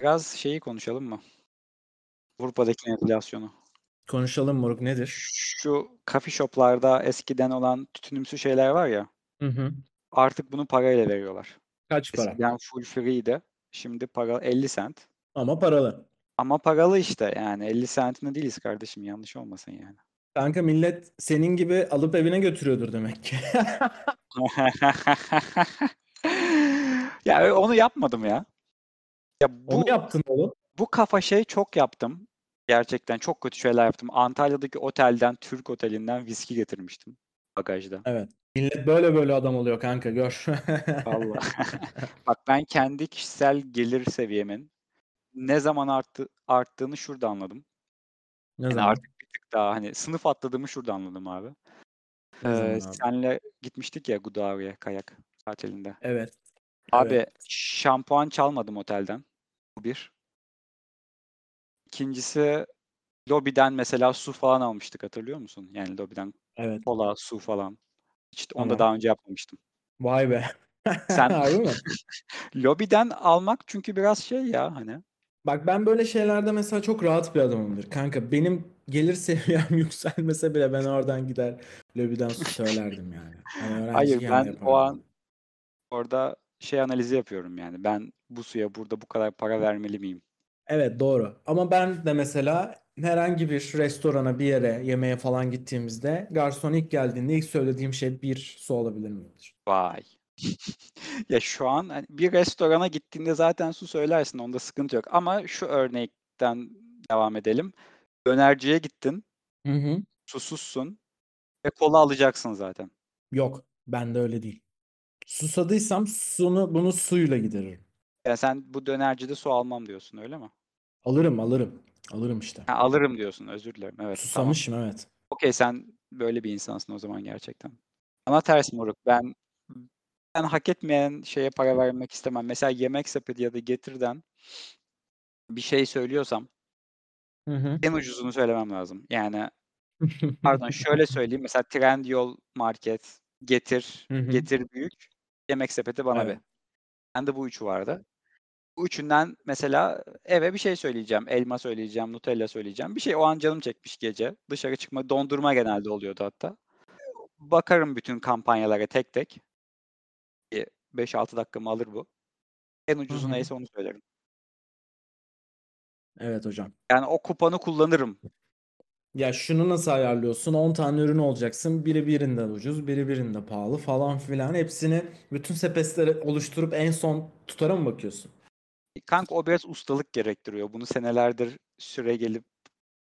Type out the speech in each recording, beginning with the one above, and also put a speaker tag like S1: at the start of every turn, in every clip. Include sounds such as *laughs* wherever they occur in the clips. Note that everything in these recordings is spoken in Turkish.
S1: Biraz şeyi konuşalım mı? Avrupa'daki enflasyonu.
S2: Konuşalım moruk nedir?
S1: Şu coffee shop'larda eskiden olan tütünümsü şeyler var ya,
S2: Hı hı.
S1: artık bunu parayla veriyorlar.
S2: Kaç para?
S1: Eskiden full free'ydi. Şimdi para 50 cent.
S2: Ama paralı.
S1: Ama paralı işte yani 50 centine değiliz kardeşim yanlış olmasın yani. *laughs*
S2: Kanka millet senin gibi alıp evine götürüyordur demek ki. *laughs*
S1: ya ö- onu yapmadım ya. Ya bu
S2: Onu yaptın oğlum.
S1: bu kafa şey çok yaptım. Gerçekten çok kötü şeyler yaptım. Antalya'daki otelden, Türk otelinden viski getirmiştim bagajda.
S2: Millet böyle böyle adam oluyor kanka gör. *laughs*
S1: Vallahi. *laughs* Bak ben kendi kişisel gelir seviyemin ne zaman arttı, arttığını şurada anladım.
S2: ne
S1: Yani
S2: zaman?
S1: artık bir tık daha hani sınıf atladığımı şurada anladım abi.
S2: Ne zaman
S1: Ee,
S2: abi?
S1: senle gitmiştik ya Gudavri'ye kayak tatilinde.
S2: Evet.
S1: Abi
S2: Evet.
S1: şampuan çalmadım otelden. Bu bir. İkincisi lobiden mesela su falan almıştık hatırlıyor musun? Yani lobiden
S2: Evet.
S1: kola, su falan. Hiç onu da
S2: Tamam.
S1: daha önce yapmamıştım.
S2: Vay be.
S1: Sen-
S2: *laughs* Harbi mi?
S1: Lobiden almak çünkü biraz şey ya hani.
S2: Bak ben böyle şeylerde mesela çok rahat bir adamımdır kanka. Benim gelir seviyem *laughs* yükselmese bile ben oradan gider lobiden su söylerdim yani. Hani
S1: Hayır
S2: öğrenciyken de
S1: ben o
S2: yapardım.
S1: an orada şey analizi yapıyorum yani. Ben bu suya burada bu kadar para vermeli miyim?
S2: Evet doğru. Ama ben de mesela herhangi bir restorana bir yere yemeğe falan gittiğimizde garson ilk geldiğinde ilk söylediğim şey bir su olabilir midir?
S1: Vay. *laughs* Ya şu an hani bir restorana gittiğinde zaten su söylersin onda sıkıntı yok. Ama şu örnekten devam edelim. Dönerciye gittin,
S2: Hı hı.
S1: susuzsun ve kola alacaksın zaten.
S2: Yok, ben de öyle değil. Susadıysam sunu bunu suyla gideririm.
S1: Yani sen bu dönercide su almam diyorsun öyle mi?
S2: Alırım, alırım. Alırım işte.
S1: Ha, alırım diyorsun özür dilerim. Evet tamam.
S2: Susamışım evet.
S1: Okey sen böyle bir insansın o zaman gerçekten. Ama ters moruk. Ben ben hak etmeyen şeye para vermek istemem. Mesela yemek sepeti ya da getirden bir şey söylüyorsam
S2: Hı hı.
S1: en ucuzunu söylemem lazım.
S2: *laughs*
S1: Yani pardon şöyle söyleyeyim. Mesela Trendyol market, getir,
S2: Hı hı.
S1: getir büyük, yemek sepeti bana
S2: Evet.
S1: be. Bende bu üçü vardı. Bu üçünden mesela eve bir şey söyleyeceğim. Elma söyleyeceğim, Nutella söyleyeceğim. Bir şey o an canım çekmiş gece. Dışarı çıkma, dondurma genelde oluyordu hatta. Bakarım bütün kampanyalara tek tek. 5-6 dakikamı alır bu. En
S2: Hı
S1: ucuzu
S2: hı.
S1: neyse onu söylerim.
S2: Evet hocam.
S1: Yani o kuponu kullanırım.
S2: Ya şunu nasıl ayarlıyorsun? 10 tane ürün olacaksın. Biri birinden ucuz, biri birinde pahalı falan filan. Hepsini bütün sepetleri oluşturup en son tutara mı bakıyorsun?
S1: Kanka o biraz ustalık gerektiriyor. Bunu senelerdir süre gelip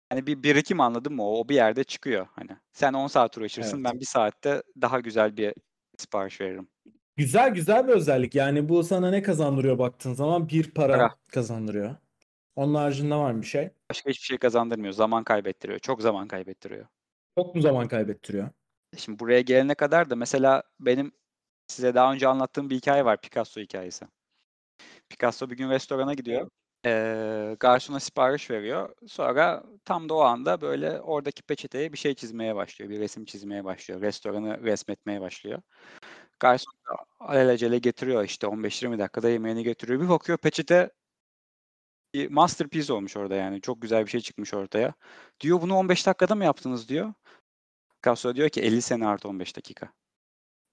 S1: hani bir birikim anladın mı? O, o bir yerde çıkıyor hani. Sen 10 saat uğraşırsın
S2: Evet.
S1: ben bir saatte daha güzel bir sipariş veririm.
S2: Güzel güzel bir özellik. Yani bu sana ne kazandırıyor baktığın zaman? Bir
S1: Para.
S2: para kazandırıyor. Onun haricinde var mı bir şey?
S1: Başka hiçbir şey kazandırmıyor. Zaman kaybettiriyor. Çok zaman kaybettiriyor.
S2: Çok mu zaman kaybettiriyor?
S1: E, Şimdi buraya gelene kadar da mesela benim size daha önce anlattığım bir hikaye var. Picasso hikayesi. Picasso bir gün restorana gidiyor. Eee garsona sipariş veriyor. Sonra tam da o anda böyle oradaki peçeteye bir şey çizmeye başlıyor. Bir resim çizmeye başlıyor. Restoranı resmetmeye başlıyor. Garson da alelacele getiriyor işte 15-20 dakikada yemeğini getiriyor. Bir bakıyor peçete bir masterpiece olmuş orada yani. Çok güzel bir şey çıkmış ortaya. Diyor bunu 15 dakikada mı yaptınız diyor. Picasso diyor ki 50 sene artı 15 dakika.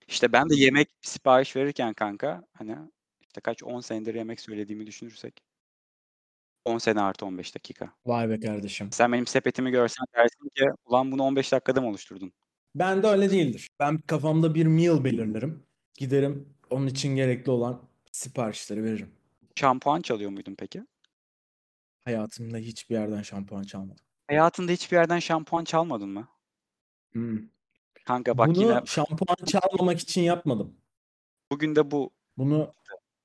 S1: İşte ben de yemek sipariş verirken kanka hani işte kaç 10 senedir yemek söylediğimi düşünürsek 10 sene artı 15 dakika.
S2: Vay be kardeşim.
S1: Sen benim sepetimi görsen dersin ki ulan bunu 15 dakikada mı oluşturdun?
S2: Ben de öyle değildir. Ben kafamda bir meal belirlerim. Giderim onun için gerekli olan siparişleri veririm.
S1: Şampuan çalıyor muydun peki?
S2: Hayatımda hiçbir yerden şampuan çalmadım.
S1: Hayatında hiçbir yerden şampuan çalmadın mı?
S2: Hmm.
S1: Kanka bak yine
S2: Bunu şampuan çalmamak için yapmadım.
S1: bugün de bu
S2: Bunu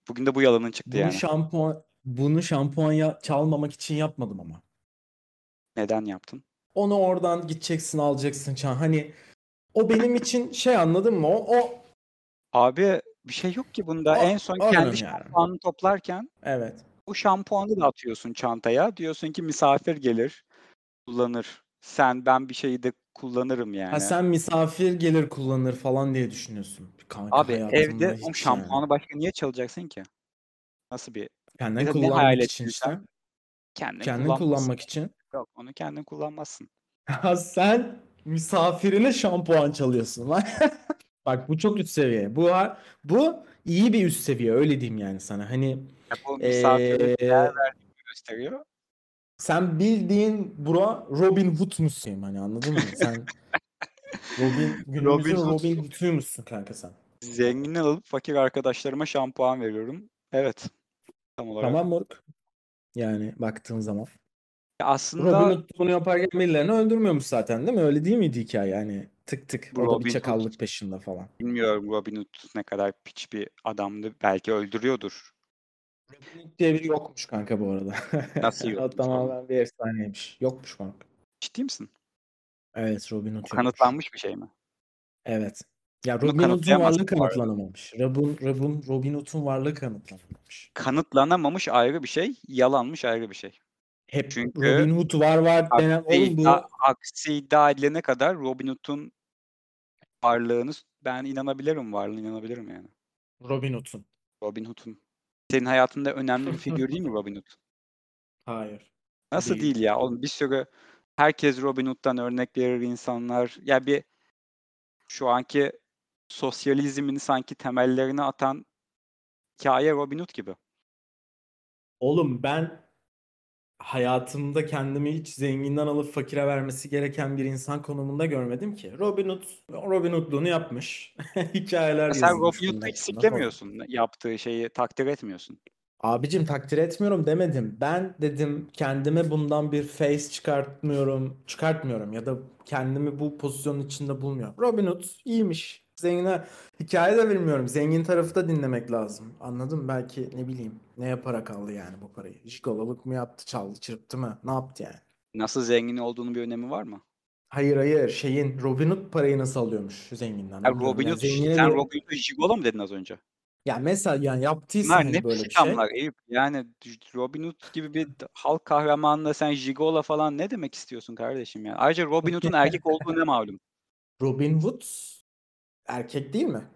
S1: bugün de bu yalanın çıktı
S2: bunu
S1: yani.
S2: şampuan bunu şampuan ya- çalmamak için yapmadım ama.
S1: Neden yaptın?
S2: Onu oradan gideceksin alacaksın çan. Hani o benim için şey anladın mı? O o
S1: Abi bir şey yok ki bunda.
S2: o
S1: En son
S2: onun
S1: kendi
S2: yani.
S1: şampuanını toplarken
S2: Evet.
S1: o şampuanı da atıyorsun çantaya. Diyorsun ki misafir gelir, kullanır. Sen ben bir şeyi de kullanırım
S2: Ha
S1: yani.
S2: sen misafir gelir kullanır falan diye düşünüyorsun. Kanka
S1: Abi
S2: hayatımda şey
S1: evde o
S2: hiç yani.
S1: şampuanı başka niye çalacaksın ki? Nasıl bir
S2: Kendin
S1: Ne- ne
S2: kullanmak
S1: hayal
S2: için işte.
S1: ettiysen kendin,
S2: Kendin
S1: kullanmazsın.
S2: kullanmak için. *laughs*
S1: Yok onu kendin kullanmazsın.
S2: Ya sen misafirine şampuan çalıyorsun lan. *laughs* Bak bu çok üst seviye. Bu bu iyi bir üst seviye öyle diyeyim yani sana. Hani
S1: Ya bu misafire
S2: Ee,
S1: değer verdiğini gösteriyor.
S2: sen bildiğin bura Robin Hood musun hani anladın mı?
S1: *laughs*
S2: Sen Robin günümüzün
S1: Robin Hood.
S2: Robin Hood'uymuşsun kanka sen.
S1: Zengini alıp fakir arkadaşlarıma şampuan veriyorum. Evet. Tam olarak.
S2: Tamam moruk. Yani baktığın zaman.
S1: Ya Aslında
S2: Robin Hood bunu yaparken birilerini öldürmüyormuş zaten değil mi? Öyle değil miydi hikaye yani? Tık tık o da bir
S1: Robin Hood.
S2: çakallık peşinde falan.
S1: bilmiyorum Robin Hood ne kadar piç bir adamdı. Belki öldürüyordur.
S2: Robin Hood diye biri yokmuş kanka bu arada.
S1: Nasıl
S2: O *laughs*
S1: yokmuş
S2: tamamen bir efsaneymiş. Yokmuş kanka.
S1: Ciddi misin?
S2: Evet Robin Hood yokmuş.
S1: Kanıtlanmış bir şey mi?
S2: Evet. Ya
S1: Bunu
S2: Robin Hood'un
S1: kanıtlayamaz
S2: varlığı
S1: bu arada.
S2: kanıtlanamamış. Robin, Robin, Robin Hood'un varlığı kanıtlanamamış.
S1: Kanıtlanamamış ayrı bir şey, yalanmış ayrı bir şey.
S2: Hep
S1: Çünkü
S2: Robin Hood var var denen oğlum
S1: Değil,
S2: bu
S1: a- aksi iddia edilene kadar Robin Hood'un varlığını ben inanabilirim varlığına inanabilirim yani.
S2: Robin Hood'un.
S1: Robin Hood'un. Senin hayatında önemli bir figür değil mi Robin Hood?
S2: Hayır.
S1: Nasıl
S2: Değil.
S1: değil, ya? Oğlum bir sürü herkes Robin Hood'dan örnek verir insanlar. Ya bir şu anki sosyalizmin sanki temellerini atan hikaye Robin Hood gibi.
S2: Oğlum ben hayatımda kendimi hiç zenginden alıp fakire vermesi gereken bir insan konumunda görmedim ki. Robin Hood, Robin Hood'luğunu yapmış. *laughs* Hikayeler
S1: Ya sen Robin
S2: yazılmış bunun
S1: Hood'u
S2: hakkında falan.
S1: eksiklemiyorsun. Yaptığı şeyi takdir etmiyorsun.
S2: Abicim takdir etmiyorum demedim. Ben dedim kendime bundan bir face çıkartmıyorum, çıkartmıyorum ya da kendimi bu pozisyonun içinde bulmuyorum. Robin Hood iyiymiş. Zengine hikaye de bilmiyorum. Zengin tarafı da dinlemek lazım. Anladın mı? Belki ne bileyim neye para kaldı yani bu parayı. Jigololuk mu yaptı, çaldı, çırptı mı? Ne yaptı yani?
S1: Nasıl zengin olduğunun bir önemi var mı?
S2: Hayır hayır şeyin Robin Hood parayı nasıl alıyormuş zenginden?
S1: Ya
S2: Bilmiyorum.
S1: Robin
S2: Yani
S1: Hood,
S2: zengine
S1: sen
S2: bir-
S1: Robin Hood'u jigolo mu dedin az önce?
S2: Ya mesela yani yaptıysa
S1: Bunlar
S2: hani
S1: ne
S2: böyle bir şey.
S1: pislamlar Eyüp. Yani Robin Hood gibi bir d- halk kahramanına sen jigola falan ne demek istiyorsun kardeşim yani? Ayrıca Robin
S2: *laughs*
S1: Hood'un erkek olduğu ne malum?
S2: Robin Hood erkek değil mi?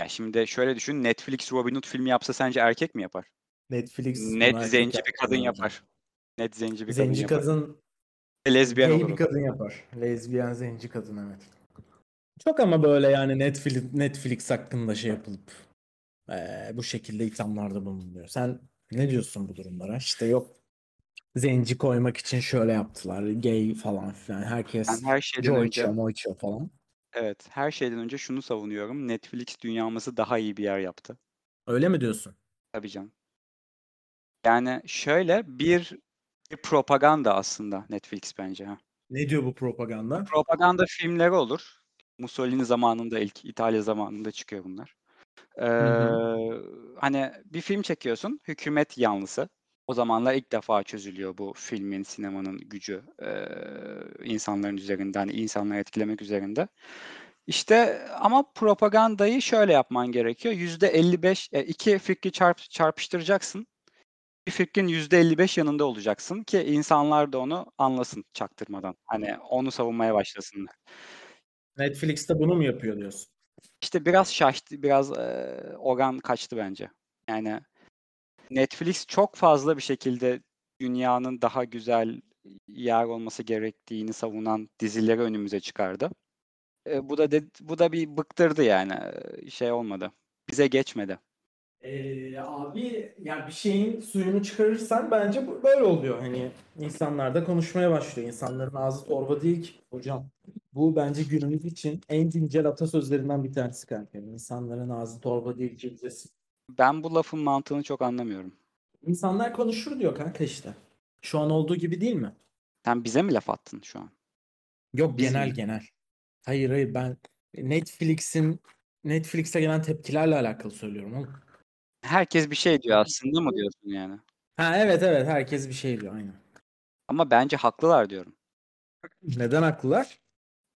S1: Ya şimdi şöyle düşün Netflix Robin Hood filmi yapsa sence erkek mi yapar?
S2: Netflix
S1: Net
S2: bunu
S1: zenci
S2: erkek
S1: bir kadın
S2: yapmıyor
S1: yapar.
S2: bence.
S1: Net zenci bir kadın
S2: Zenci
S1: yapar.
S2: kadın,
S1: Lezbiyen
S2: gay
S1: olur.
S2: bir
S1: o da.
S2: kadın yapar. Lezbiyen zenci kadın evet. Çok ama böyle yani Netflix Netflix hakkında şey yapılıp eee, bu şekilde ithamlarda bulunuyor. Sen ne diyorsun bu durumlara? İşte yok zenci koymak için şöyle yaptılar. Gay falan filan. Herkes
S1: Ben her şeyden
S2: joy
S1: önce
S2: içiyor, moy içiyor falan.
S1: evet her şeyden önce şunu savunuyorum. Netflix dünyamızı daha iyi bir yer yaptı.
S2: Öyle mi diyorsun?
S1: Tabii canım. Yani şöyle bir, bir propaganda aslında Netflix bence. Ha.
S2: Ne diyor bu propaganda?
S1: Propaganda filmleri olur. Mussolini zamanında ilk İtalya zamanında çıkıyor bunlar.
S2: hı.
S1: Ee, hani bir film çekiyorsun hükümet yanlısı. O zamanlar ilk defa çözülüyor bu filmin, sinemanın gücü ee, insanların üzerinde, hani insanları etkilemek üzerinde. İşte ama propagandayı şöyle yapman gerekiyor. Yüzde 55, e, iki fikri çarp, çarpıştıracaksın. Bir fikrin yüzde 55 yanında olacaksın ki insanlar da onu anlasın çaktırmadan. Hani onu savunmaya başlasınlar.
S2: Netflix'te bunu mu yapıyor diyorsun?
S1: İşte biraz şaştı, biraz eee, oran kaçtı bence. Yani Netflix çok fazla bir şekilde dünyanın daha güzel yer olması gerektiğini savunan dizileri önümüze çıkardı. E, bu da de- bu da bir bıktırdı yani e, şey olmadı. Bize geçmedi.
S2: Ee, abi yani bir şeyin suyunu çıkarırsan bence bu- böyle oluyor. Hani insanlar da konuşmaya başlıyor. İnsanların ağzı torba değil ki hocam. Bu bence günümüz için en güncel atasözlerinden bir tanesi kanka. Yani İnsanların ağzı torba değil ki bize s-
S1: Ben bu lafın mantığını çok anlamıyorum.
S2: İnsanlar konuşur diyor kanka işte. Şu an olduğu gibi değil mi?
S1: Sen bize mi laf attın şu an?
S2: Yok
S1: Biz
S2: genel
S1: mi?
S2: genel. Hayır hayır ben Netflix'in Netflix'e gelen tepkilerle alakalı söylüyorum oğlum.
S1: Herkes bir şey diyor aslında mı diyorsun yani?
S2: Ha evet evet herkes bir şey diyor aynen.
S1: Ama bence haklılar diyorum.
S2: Neden haklılar?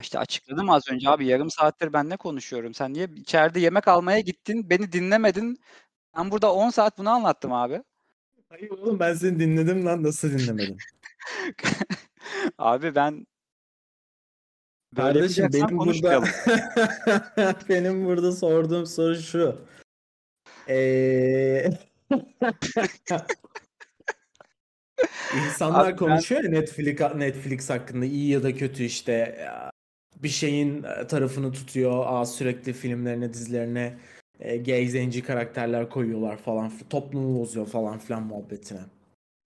S1: İşte açıkladım az önce abi yarım saattir ben ne konuşuyorum? Sen niye içeride yemek almaya gittin, beni dinlemedin? Ben burada 10 saat bunu anlattım abi. *laughs*
S2: Hayır oğlum ben seni dinledim lan nasıl dinlemedim?
S1: Abi ben böyle
S2: Kardeşim
S1: yapacaksan
S2: benim burada
S1: konuşmayalım. *laughs*
S2: benim burada sorduğum soru şu. Ee, İnsanlar
S1: Abi ben-
S2: konuşuyor ya Netflix, Netflix hakkında iyi ya da kötü işte ya, bir şeyin e, tarafını tutuyor. Aa, sürekli filmlerine dizilerine e, gay zenci karakterler koyuyorlar falan. fi- Toplumu bozuyor falan filan muhabbetine.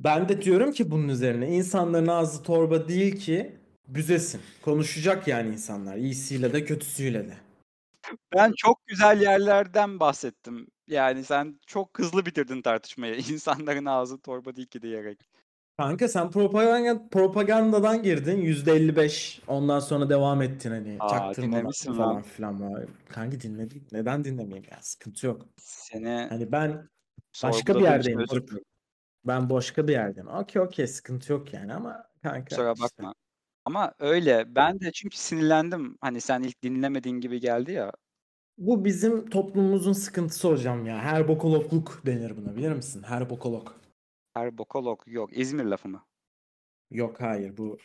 S2: Ben de diyorum ki bunun üzerine insanların ağzı torba değil ki büzesin. Konuşacak yani insanlar iyisiyle de kötüsüyle de.
S1: Ben çok güzel yerlerden bahsettim. Yani sen çok hızlı bitirdin tartışmayı. *laughs* İnsanların ağzı torba değil ki diyerek.
S2: Kanka sen propaganda, propagandadan girdin %55 ondan sonra devam ettin hani
S1: Aa,
S2: çaktırmadan
S1: dinlemişsin lan.
S2: falan filan. var. Kanka dinledim. Neden dinlemeyeyim ya? Sıkıntı yok.
S1: Seni
S2: Hani ben başka bir
S1: sorguladığım için
S2: yerdeyim.
S1: özür
S2: moruk.
S1: dilerim.
S2: Ben başka bir yerdeyim. Okey okey sıkıntı yok yani ama kanka
S1: Kusura
S2: işte.
S1: bakma. Ama öyle. Ben de çünkü sinirlendim. Hani sen ilk dinlemediğin gibi geldi ya.
S2: Bu bizim toplumumuzun sıkıntısı hocam ya. Her bokologluk denir buna bilir misin? Her bokolog.
S1: Her bokolog yok. İzmir lafı mı?
S2: Yok hayır bu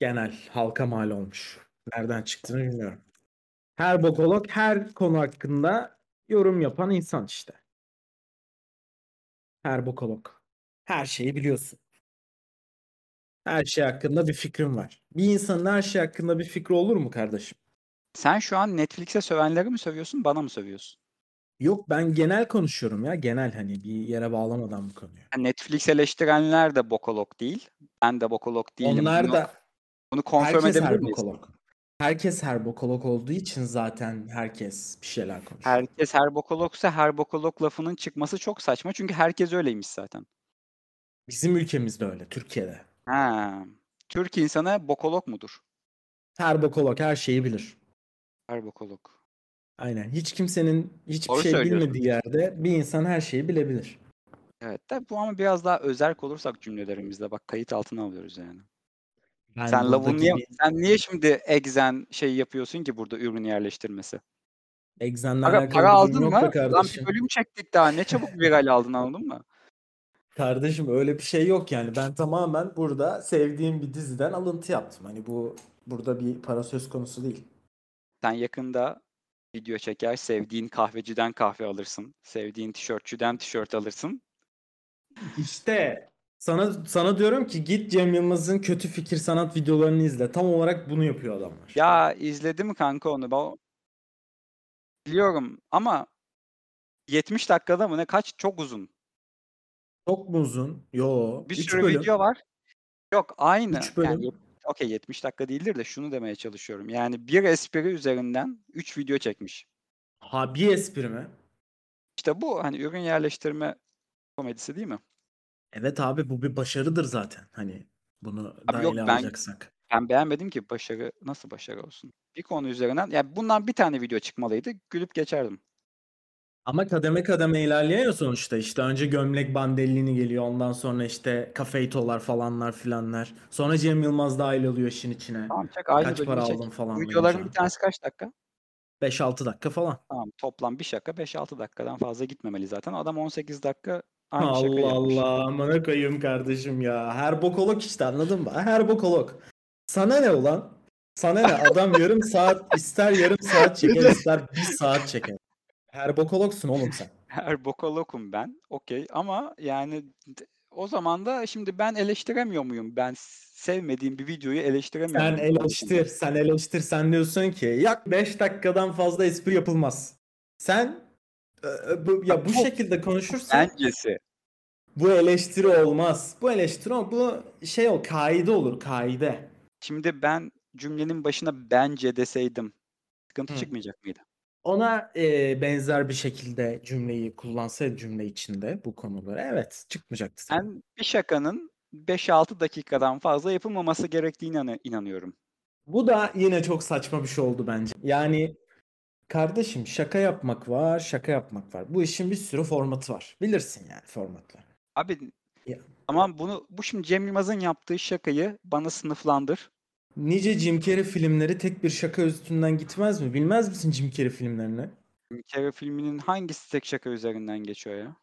S2: genel halka mal olmuş. Nereden çıktığını bilmiyorum. Her bokolog her konu hakkında yorum yapan insan işte. Her bokolog. Her şeyi biliyorsun. Her şey hakkında bir fikrim var. Bir insanın her şey hakkında bir fikri olur mu kardeşim?
S1: Sen şu an Netflix'e sövenleri mi sövüyorsun, bana mı sövüyorsun?
S2: Yok ben genel konuşuyorum ya. Genel hani bir yere bağlamadan bu konuyu.
S1: Yani Netflix eleştirenler de bokolog değil. Ben de bokolog değilim.
S2: Onlar
S1: Bunu-
S2: da
S1: bunu konfirm
S2: herkes
S1: edebilir
S2: her
S1: miyiz?
S2: bokolog. Herkes her bokolog olduğu için zaten herkes bir şeyler konuşuyor.
S1: Herkes her bokologsa her bokolog lafının çıkması çok saçma. Çünkü herkes öyleymiş zaten.
S2: Bizim ülkemizde öyle Türkiye'de.
S1: Ha. Türk insanı bokolog mudur?
S2: Her bokolog her şeyi bilir.
S1: Her bokolog.
S2: Aynen. Hiç kimsenin hiçbir
S1: Doğru
S2: şey
S1: söylüyorsun.
S2: bilmediği yerde bir insan her şeyi bilebilir.
S1: Evet de bu ama biraz daha özerk olursak cümlelerimizde bak kayıt altına alıyoruz yani.
S2: Ben
S1: sen
S2: buradaki
S1: lavun niye,
S2: bir
S1: sen niye şimdi egzen şey yapıyorsun ki burada ürün yerleştirmesi?
S2: egzenle
S1: Para,
S2: alakalı
S1: para
S2: bir durum
S1: aldın
S2: yok
S1: mı?
S2: da
S1: Lan
S2: kardeşim.
S1: bir bölüm çektik daha ne çabuk viral aldın anladın mı?
S2: Kardeşim öyle bir şey yok yani. Ben tamamen burada sevdiğim bir diziden alıntı yaptım. Hani bu burada bir para söz konusu değil.
S1: Sen yakında video çeker, sevdiğin kahveciden kahve alırsın. Sevdiğin tişörtçüden tişört alırsın.
S2: İşte sana sana diyorum ki git Cem Yılmaz'ın kötü fikir sanat videolarını izle. Tam olarak bunu yapıyor adamlar.
S1: Ya izledim kanka onu. Ben biliyorum ama 70 dakikada mı ne kaç çok uzun.
S2: Çok mu uzun? Yo.
S1: Bir
S2: 3
S1: sürü
S2: bölüm.
S1: video var. Yok aynı.
S2: 3
S1: Yani
S2: bölüm.
S1: yet- okey 70 dakika değildir de şunu demeye çalışıyorum. Yani bir espri üzerinden 3 video çekmiş.
S2: Ha bir espri mi?
S1: İşte bu hani ürün yerleştirme komedisi değil mi?
S2: Evet abi bu bir başarıdır zaten. Hani bunu
S1: Abi yok
S2: dahil
S1: ben
S2: alacaksak.
S1: ben beğenmedim ki başarı nasıl başarı olsun. Bir konu üzerinden yani bundan bir tane video çıkmalıydı. Gülüp geçerdim.
S2: Ama kademe kademe ilerliyor ya sonuçta. İşte önce gömlek bandellini geliyor. Ondan sonra işte kafeitolar falanlar filanlar. Sonra Cem Yılmaz dahil oluyor işin içine.
S1: Tamam çek aynı
S2: Kaç para
S1: bölümü çek.
S2: aldım falanlayınca.
S1: Videoların bir tanesi kaç dakika?
S2: 5-6 dakika falan.
S1: Tamam toplam bir şaka 5-6 dakikadan fazla gitmemeli zaten. Adam 18 dakika aynı şaka
S2: Allah
S1: yapmış.
S2: Allah amına koyayım kardeşim ya. Her bokolog işte anladın mı? Her bokolog. Sana ne ulan? Sana ne?
S1: *laughs*
S2: Adam yarım saat ister yarım saat
S1: Bir
S2: çeker
S1: de-
S2: ister bir saat çeker. Her bokologsun oğlum sen.
S1: *laughs* Her bokalokum ben. Okey ama yani d- o zaman da şimdi ben eleştiremiyor muyum? Ben s- sevmediğim bir videoyu eleştiremiyor
S2: Sen
S1: muyum? kardeşim?
S2: eleştir, sen eleştir, sen diyorsun ki yak 5 dakikadan fazla espri yapılmaz. Sen e, e, bu,
S1: Ya
S2: ya bu
S1: bu
S2: şekilde konuşursan
S1: bencesi.
S2: bu eleştiri olmaz. Bu eleştiri ol- bu şey ol kaide olur kaide.
S1: Şimdi ben cümlenin başına bence deseydim sıkıntı
S2: Hı.
S1: çıkmayacak mıydı?
S2: Ona e, benzer bir şekilde cümleyi kullansa cümle içinde bu konuları evet çıkmayacaktı tabii.
S1: Ben bir şakanın 5-6 dakikadan fazla yapılmaması gerektiğine inan- inanıyorum.
S2: Bu da yine çok saçma bir şey oldu bence. Yani kardeşim şaka yapmak var, şaka yapmak var. Bu işin bir sürü formatı var. Bilirsin yani formatları.
S1: Abi
S2: Ya,
S1: tamam bunu bu şimdi Cem Yılmaz'ın yaptığı şakayı bana sınıflandır.
S2: Nice Jim Carrey filmleri tek bir şaka üstünden gitmez mi? Bilmez misin Jim Carrey filmlerini?
S1: Bir kere filminin hangisi tek şaka üzerinden geçiyor ya?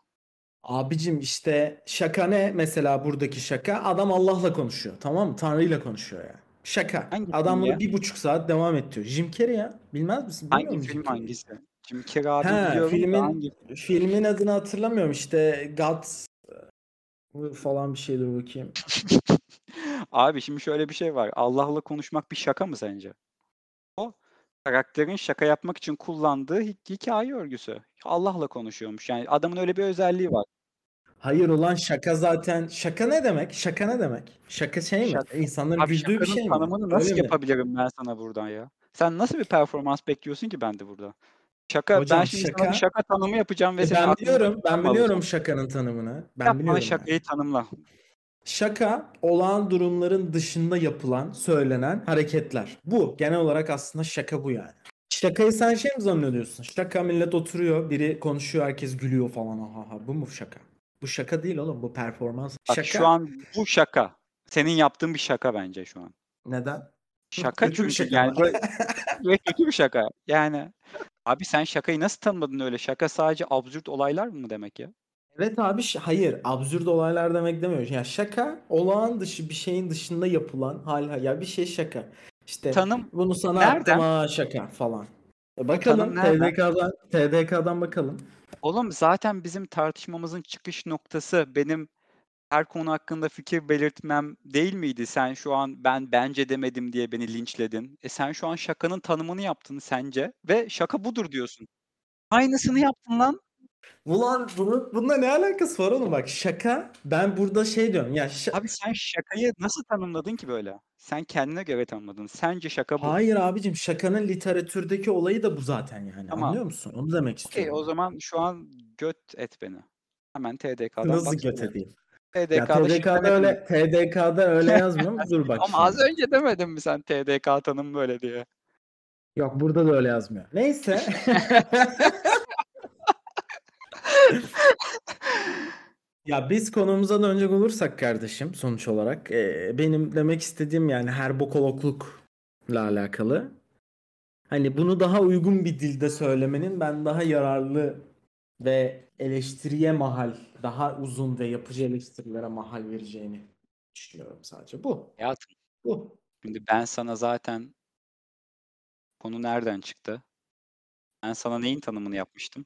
S2: Abicim işte şaka ne? Mesela buradaki şaka adam Allah'la konuşuyor tamam mı? Tanrı'yla konuşuyor ya. Şaka.
S1: Hangi film
S2: Adam
S1: ya?
S2: bunu bir buçuk saat devam ettiriyor. Jim Carrey ya. Bilmez misin? Bilmiyor
S1: Hangi
S2: musun Jim
S1: film
S2: Carrey'i?
S1: hangisi? Jim Carrey
S2: He,
S1: biliyorum. da
S2: filmin-
S1: hangi- *laughs*
S2: Filmin adını hatırlamıyorum işte Guts e, falan bir şeydir bakayım.
S1: Abi şimdi şöyle bir şey var. Allah'la konuşmak bir şaka mı sence? O karakterin şaka yapmak için kullandığı hi- hikaye örgüsü. Allah'la konuşuyormuş. Yani adamın öyle bir özelliği var.
S2: Hayır ulan şaka zaten şaka ne demek? Şaka ne demek? Şaka şey mi?
S1: Şaka.
S2: İnsanların
S1: Abi
S2: güldüğü bir
S1: şakanın
S2: şey mi?
S1: tanımını nasıl
S2: Öyle mi?
S1: yapabilirim ben sana buradan ya? Sen nasıl bir performans bekliyorsun ki bende burada? Şaka, ben
S2: Hocam
S1: şimdi sana
S2: şaka-
S1: bir şaka tanımı yapacağım ve
S2: E
S1: senin
S2: ben
S1: aklını
S2: biliyorum, ben
S1: alacağım.
S2: biliyorum şakanın tanımını. Ben
S1: Yap bana
S2: biliyorum.
S1: şakayı
S2: yani.
S1: tanımla.
S2: Şaka olağan durumların dışında yapılan, söylenen hareketler. Bu genel olarak aslında şaka bu yani. Şakayı sen şey mi zannediyorsun? Şaka millet oturuyor, biri konuşuyor, herkes gülüyor falan. Ha ha bu mu şaka? Bu şaka değil oğlum, bu performans.
S1: Bak
S2: şaka.
S1: şu an bu şaka. Senin yaptığın bir şaka bence şu an.
S2: neden?
S1: Şaka
S2: Kötü bir
S1: çünkü
S2: şaka
S1: yani
S2: mı? *laughs*
S1: böyle, böyle kötü bir şaka. Yani abi sen şakayı nasıl tanımadın öyle? Şaka sadece absürt olaylar mı demek ya?
S2: Evet abi ş- hayır absürt olaylar demek demiyoruz. Yani şaka olağan dışı bir şeyin dışında yapılan hal hal ya bir şey şaka. İşte
S1: Tanım
S2: bunu sana
S1: nereden?
S2: attım ha şaka falan. E Bakalım
S1: Tanım nereden?
S2: TDK'dan TDK'dan bakalım.
S1: oğlum zaten bizim tartışmamızın çıkış noktası benim her konu hakkında fikir belirtmem değil miydi? Sen şu an ben bence demedim diye beni linçledin. E sen şu an şakanın tanımını yaptın sence ve şaka budur diyorsun. Aynısını yaptın lan.
S2: Ulan bunu, bununla ne alakası var oğlum bak şaka ben burada şey diyorum ya şa-
S1: Abi sen şakayı nasıl tanımladın ki böyle? Sen kendine göre tanımladın. Sence şaka bu.
S2: hayır abicim şakanın literatürdeki olayı da bu zaten yani
S1: Tamam.
S2: anlıyor musun? Onu demek
S1: Okey
S2: istiyorum.
S1: o zaman şu an göt et beni. Hemen TDK'dan
S2: Nasıl
S1: baksana.
S2: göt edeyim?
S1: TDK'da,
S2: Ya
S1: şimdi
S2: TDK'da
S1: demedim mi?
S2: öyle TDK'da öyle yazmıyor mu? Dur bak.
S1: Ama az
S2: şimdi.
S1: önce demedin mi sen TDK tanım böyle diye?
S2: Yok burada da öyle yazmıyor. Neyse. *laughs* Ya biz konumuza dönecek olursak kardeşim sonuç olarak eee, benim demek istediğim yani her bokologlukla alakalı. Hani bunu daha uygun bir dilde söylemenin ben daha yararlı ve eleştiriye mahal, daha uzun ve yapıcı eleştirilere mahal vereceğini düşünüyorum sadece. Bu.
S1: Hayatım
S2: Bu.
S1: şimdi ben sana zaten konu nereden çıktı? Ben sana neyin tanımını yapmıştım?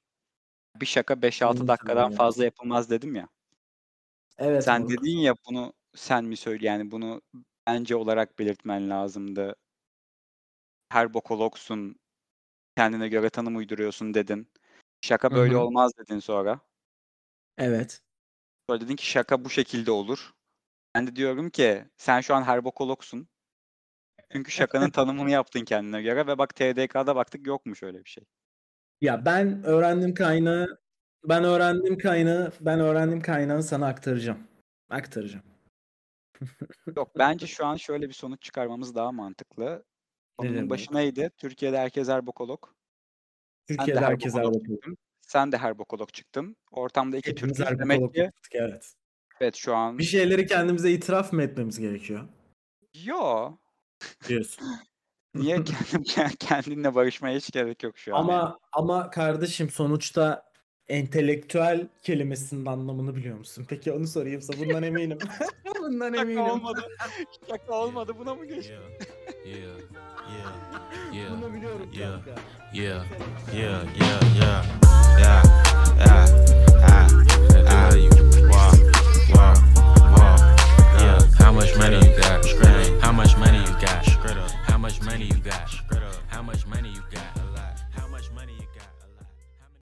S1: Bir şaka 5-6
S2: Neyin
S1: dakikadan
S2: tanımını
S1: fazla yapılmaz dedim ya.
S2: Evet
S1: Sen
S2: Moruk.
S1: dedin ya bunu sen mi söyle yani bunu bence olarak belirtmen lazımdı. Her bokologsun, kendine göre tanım uyduruyorsun dedin. Şaka
S2: Hı
S1: böyle
S2: hı.
S1: olmaz dedin sonra.
S2: Evet.
S1: Sonra dedin ki şaka bu şekilde olur. Ben de diyorum ki sen şu an her bokologsun. Çünkü şakanın tanımını yaptın kendine göre ve bak TDK'da baktık yokmuş öyle bir şey.
S2: Ya ben öğrendim kaynağı, ben öğrendim kaynağı, ben öğrendim kaynağı sana aktaracağım. Aktaracağım.
S1: Yok bence şu an şöyle bir sonuç çıkarmamız daha mantıklı. Konunun
S2: Nedir bu?
S1: başı neydi? Türkiye'de herkes her bokolog. Ben de
S2: Türkiye'de
S1: her
S2: herkes
S1: bokolog
S2: Avrupa.
S1: çıktım. Sen de her bokolog çıktın. Ortamda iki
S2: Hepimiz
S1: Türk'üz.
S2: her
S1: Demek
S2: bokolog
S1: ki
S2: yaptık evet.
S1: evet şu an
S2: Bir şeyleri kendimize itiraf mı etmemiz gerekiyor
S1: yo.
S2: diyorsun.
S1: Niye kendim, *laughs* kendinle barışmaya hiç gerek yok şu an. yani.
S2: Ama ama kardeşim sonuçta entelektüel kelimesinin anlamını biliyor musun? Peki onu sorayımsa
S1: *laughs*
S2: bundan eminim. bundan eminim.
S1: Şaka olmadı. Şaka olmadı. Buna mı geçti?
S3: Yeah, yeah, yeah, yeah,
S2: Bunu biliyorum
S3: yeah,
S2: kanka.
S3: yeah, Ah. yeah, yeah, yeah.